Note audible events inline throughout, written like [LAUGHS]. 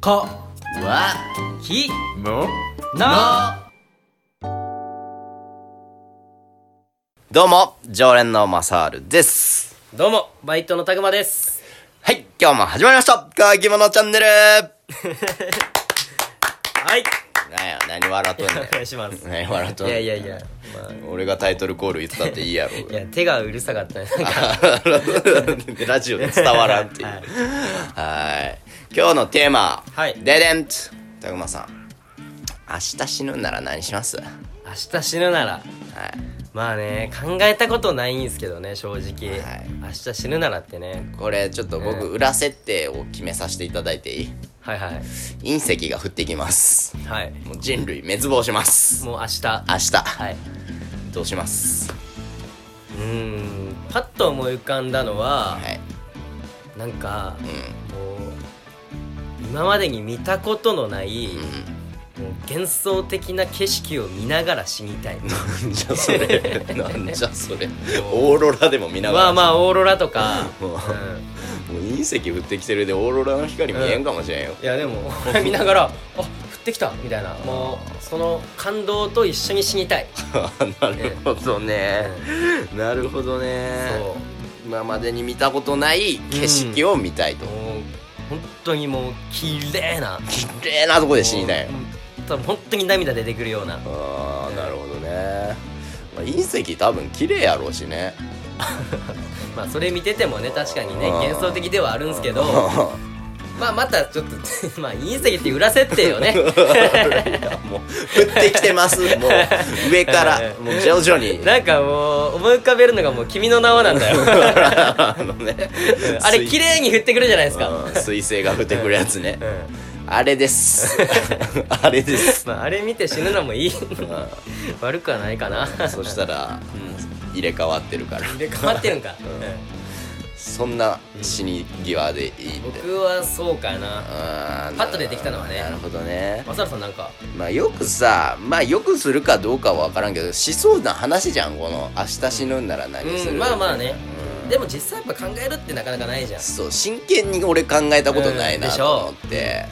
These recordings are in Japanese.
かわきもなどうも常連のマサールですどうもバイトのたくまですはい今日も始まりました乾き物チャンネルはいなんや何笑っとんねお [LAUGHS] 願いしますん何笑っとんいやねんいやいや、まあ、俺がタイトルコール言ってたっていいやろいや手がうるさかったねなんか [LAUGHS] ラジオで伝わらんってい [LAUGHS] うははいい今日のテーマはいデデントたくまさん明日死ぬんなら何しますはい明日死ぬならまあね考えたことないんですけどね正直、はい明日死ぬならってねこれちょっと僕裏設定を決めさせていただいていいはいはい隕石が降ってきますはいもう人類滅亡しますもう明日は明日、いどうしますうーんパッと思い浮かんだのは、はいなんかうんもう今までに見たことのない、もう幻想的な景色を見ながら死にたいなんじ [LAUGHS] ゃそ [LAUGHS] れなんじゃそれオーロラでも見ながまらあまあオーロラとか、う、もうんもう隕石降ってきてるでオーロラの光見えんかもし [LAUGHS] れんよ、いやでもこ [LAUGHS] れ見ながらあ降ってきたみたいなもうその感動と一緒に死にたい、なるほどね、なるほどねそう今までに見たことない景色を見たいと、もう本当にもう綺麗な綺麗なとこで死にたいよもう多分本当に涙出てくるようなああなるほどね、まあ、隕石多分綺麗やろうしねまあそれ見ててもね確かにねうん幻想的ではあるんです [LAUGHS] けど [LAUGHS] まあまたちょっと [LAUGHS] まあ隕石って裏設定 [LAUGHS] よねいやもう降ってきてますもう上 [LAUGHS] からもう徐々になんかもう思い浮かべるのがもう君の名はなんだ [LAUGHS] よあ [LAUGHS] のねあれ綺麗に降ってくるじゃないですか、うん彗星が降ってくるやつねうんあれです [LAUGHS] あれですまあ、あれ見て死ぬのもいいう悪くはないかなんそしたら入れ替わってるから入れ替わってるんか、そんな死に際でいいって僕はそうかなパパッと出てきたのはねなるほどねマサルさんなんかまあよくさまあよくするかどうかは分からんけどしそうな話じゃんこの明日死ぬんなら何すうる、んまあまあね、でも実際やっぱ考えるってなかなかないじゃんそう真剣に俺考えたことないうなんでしとょ思って、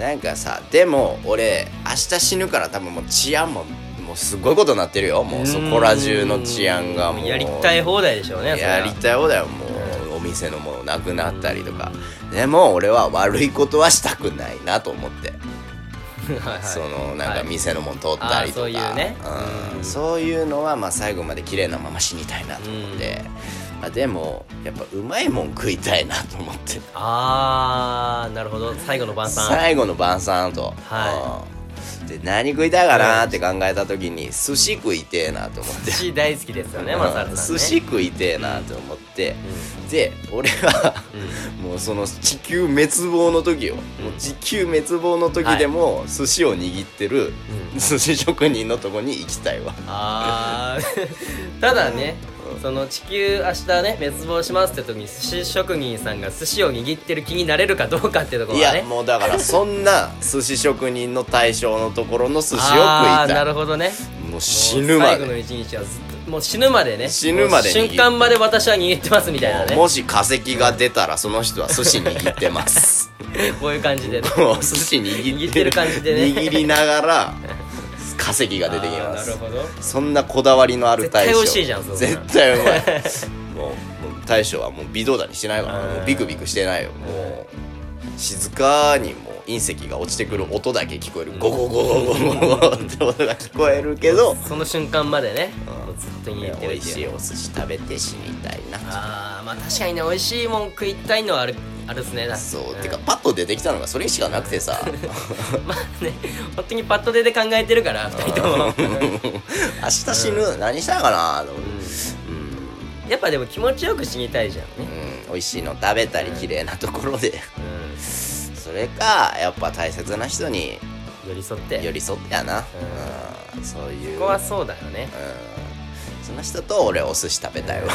なんかさでも俺明日死ぬから多分もう治安ももうすごいことになってるよもうそこら中の治安がもうやりたい放題でしょうねそれはやりたいようだよもうお店のものなくなったりとかでも俺は悪いことはしたくないなと思って。はいはいそのなんはかい店のもん取ったりとあーそか、ういうねうんうんそういうのはまあ最後まで綺麗なまま死にたいなと思って、まあ、でもやっぱうまいもん食いたいなと思ってあーなるほど最後の晩餐最後の晩餐と、はうんで何食いたいかなって考えた時に寿司食いてえなと思って寿司大好きですよねマサルさんね寿司食いてえなと思って、で俺は [LAUGHS] もうその地球滅亡の時よ、もう地球滅亡の時でも寿司を握ってるう寿司職人のとこに行きたいわ、あーただねその地球明日ね滅亡しますって時に寿司職人さんが寿司を握ってる気になれるかどうかってとこいろはねやもうだからそんな寿司職人の対象のところの寿司を食いあーたないるほどねもう死ぬまもう最後ので一日はずっともう死ぬまでね死ぬまでもう瞬間まで私は握ってますみたいなねもし化石が出たらその人は寿司握ってますこういう感じでねもう寿司握握ってる感じでね握りながら化石が出てきまあーなるすほどそんなこだわりのある大将絶対美味しいじゃんそんな絶対うまいもうもう大将はもう微動だにしてないからうんもうビクビクしてないよもう静かにもう隕石が落ちてくる音だけ聞こえるゴゴゴゴゴゴゴって音が聞こえるけどその瞬間までねもうずっとい握やってる美っ味てしいういお寿司食べて死にたいなあーまあ確かにね美味しいもん食いたいのはあるあるっすねそう、んてかパッと出てきたのがそれしかなくてさまあね本当にパッと出で考えてるから二人と [LAUGHS] も [LAUGHS] 明日死ぬ、何したいかなと思ってやっぱでも気持ちよく死にたいじゃんうね、ん、美味しいの食べたり綺麗なとこ [LAUGHS] ろでうん、それかやっぱ大切な人に寄り添って寄り添ってやな、うんそういうここはそうだよねうん、その人と俺お寿司食 [LAUGHS] べたいわ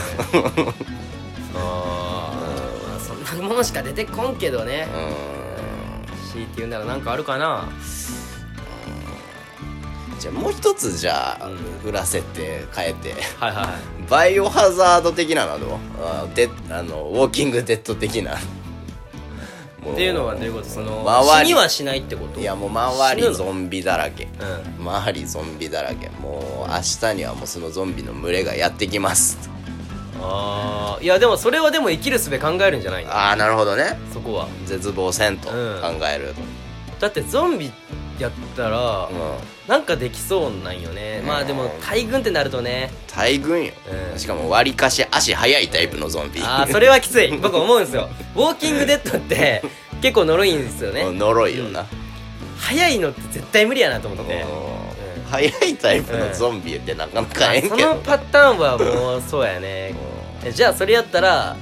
あーまあそんなもんしか出てこんけどねう強いて言うならなんかあるかなんじゃあもう一つじゃあ、うん裏設定変えてはいはいバイオハザード的なのはどうあであのウォーキングデッド的なころっていうのはどういうことその周り死にはしないってこといやもう周死りぬのゾンビだらけうん周りゾンビだらけもう明日にはもうそのゾンビの群れがやってきますあーいやでもそれはでも生きる術考えるんじゃないのああなるほどねそこは絶望せんと考うんえると、だってゾンビやったらうんなんかできそうなんよねまあでも大群ってなるとね大群よ、うんしかも割かし足速いタイプのゾンビああそれはきつい [LAUGHS] 僕思うんですよウォーキングデッドって結構呪いんですよもうね呪いよな、早いのって絶対無理やなと思っててううんん速いタイプのゾンビってなかなかええんけそど、のパターンはもうそうやねえじゃあそれやったら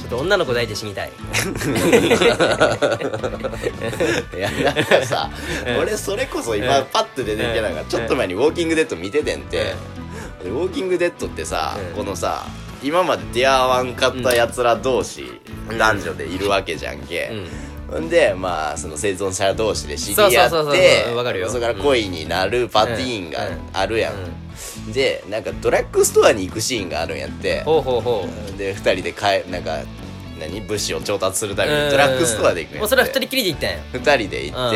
ちょっと女の子抱いて死にたいうんいやだからさ、うん俺それこそ今うんパッと出てきてなんかうんちょっと前に「ウォーキング・デッド」見ててんて、でウォーキング・デッドってさ、うんこのさ今まで出会わんかったやつら同士、男女でいるわけじゃんけ、うんほんでまあその生存者同士で知りそ合うそうそうそうってそうわかるよそれから恋になるパティーンがあるやん、でなんかドラッグストアに行くシーンがあるんやってほうほうほうで2人でかえなんか何物資を調達するためにドラッグストアで行くうんんやもうってそれは二人きりで行ったんや二人で行っ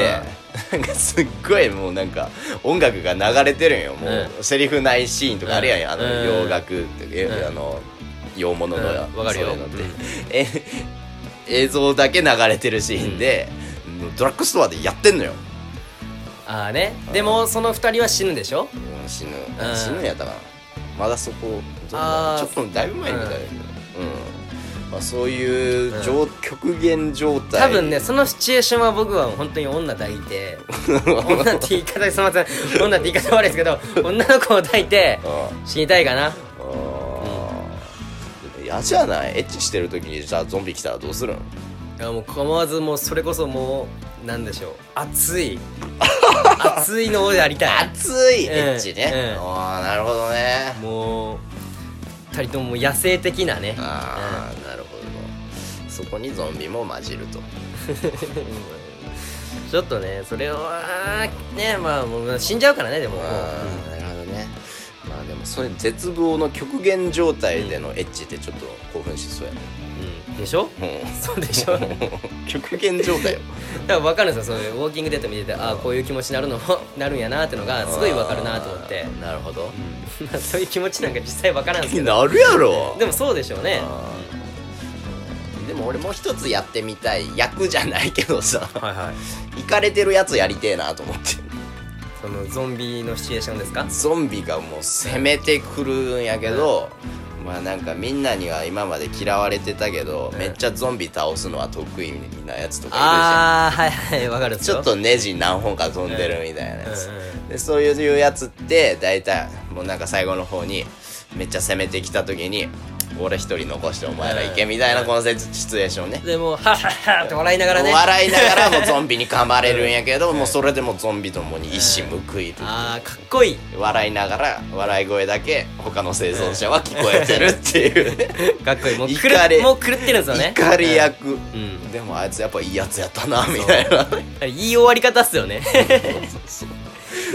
て、なんかすっごいもうなんか音楽が流れてるんよもう、セリフないシーンとかあるやん、うんあのうん洋楽って、えうんあの洋物のやうんわかるよそういうのって、うんえ映像だけ流れてるシーンで、もうドラッグストアでやってんのよ、ああねでもその二人は死ぬでしょうん死ぬ、うん死ぬんやったかなまだそこちょあーっとだいぶ前みたいだけど、うんまあ、そういう状、極限状態多分ねそのシチュエーションは僕は本当に女抱い [LAUGHS] て女って言い方すみません女って言い方悪いですけど女の子を抱いてうん死にたいかなあー嫌じゃないエッチしてる時にじゃあゾンビ来たらどうするんいやもう構わずもうそれこそもうなんでしょ [LAUGHS] う熱い熱いのをやりたい熱いうんエッチね、うんああなるほどねもう二人とももう野生的なねああ、なるほどそこにゾンビも混じるとうんちょっとねそれはねまあもう死んじゃうからねでもああなるほどねまあでもそういう絶望の極限状態でのエッチってちょっと興奮しそ [LAUGHS] うやね、うんでしょうそうでしょだかん、極限状 [LAUGHS] 態よら分かるんですよそういうウォーキングデッド見ててああこういう気持ちになるのもなるんやなってのがすごい分かるなと思ってあーなるほど、まあ [LAUGHS] そういう気持ちなんか実際分からんすけどなるやろでもそうでしょうねあーでも俺もう一つやってみたい役じゃないけどさはいはい行かれてるやつやりてえなと思ってそのゾンビのシチュエーションですかゾンビがもう攻めてくるんやけど、まあなんかみんなには今まで嫌われてたけど、うんめっちゃゾンビ倒すのは得意なやつとかいるじゃんああはいはいわかるっすちよょっとネジ何本か飛んでるみたいなやつ、うんうんでそういうやつって大体もうなんか最後の方にめっちゃ攻めてきた時に俺一人残してお前ら行けみたいなこのシチュエーションね、でもうハッハッハッって笑いながらね笑いながらもゾンビに噛まれるんやけど、もうそれでもゾンビともに一矢報いる、ああかっこいい笑いながら笑い声だけ他の生存者は聞こえてるってい [LAUGHS] うねかっこいいもうイカ狂レっもう狂ってるんですよね怒り役、うんでもあいつやっぱいいやつやったなみたいなうんいい終わり方っすよねそう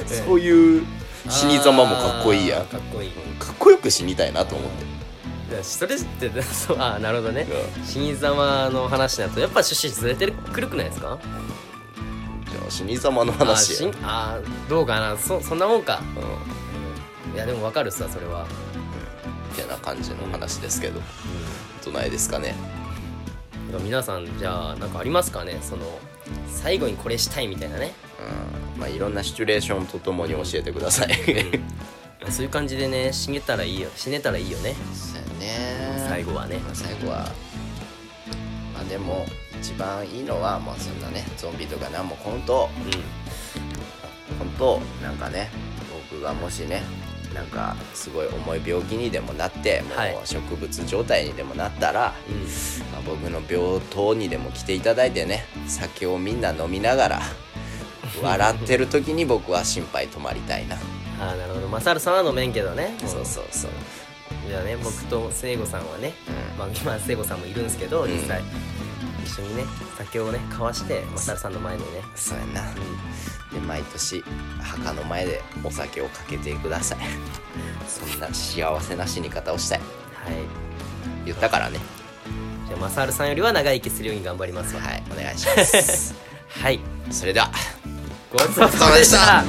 [LAUGHS] そういう死に様もかっこいいやんあーかっこいいうんかっこよく死にたいなと思ってだしそれってそうああなるほどねう死に様の話だとやっぱ趣旨ずれてるくるくないですかじゃあ死に様のあー話しやんあーどうかなそそんなもんかうんいやでもわかるっすわそれはみたいな感じの話ですけど、どないですかねなんか皆さんじゃあなんかありますかねその最後にこれしたいみたいなねうんまあいろんなシチュエーションとともに教えてくださいまあそういう感じでね死ねたらいいよ死ねたらいいよねそうやね最後はねまあ最後はまあでも一番いいのはまあそんなねゾンビとかなんもコントうコントなんかね僕がもしねなんかすごい重い病気にでもなってもはいう植物状態にでもなったら、んうんまあ僕の病棟にでも来ていただいてね酒をみんな飲みながら笑ってる時に僕は心配止まりたいなああなるほどマサルさんは飲めんけどねそうそうそう、じゃあね僕と聖子さんはね、うんまあ、今聖子さんもいるんですけどうん実際、一緒にね酒をね交わしてマサルさんの前でねそうやなで毎年墓の前でお酒をかけてください [LAUGHS] そんな幸せな死に方をしたいはい言ったからねじゃあマサールさんよりは長生きするように頑張りますわはいお願いしますはいそれではごちそうさまでした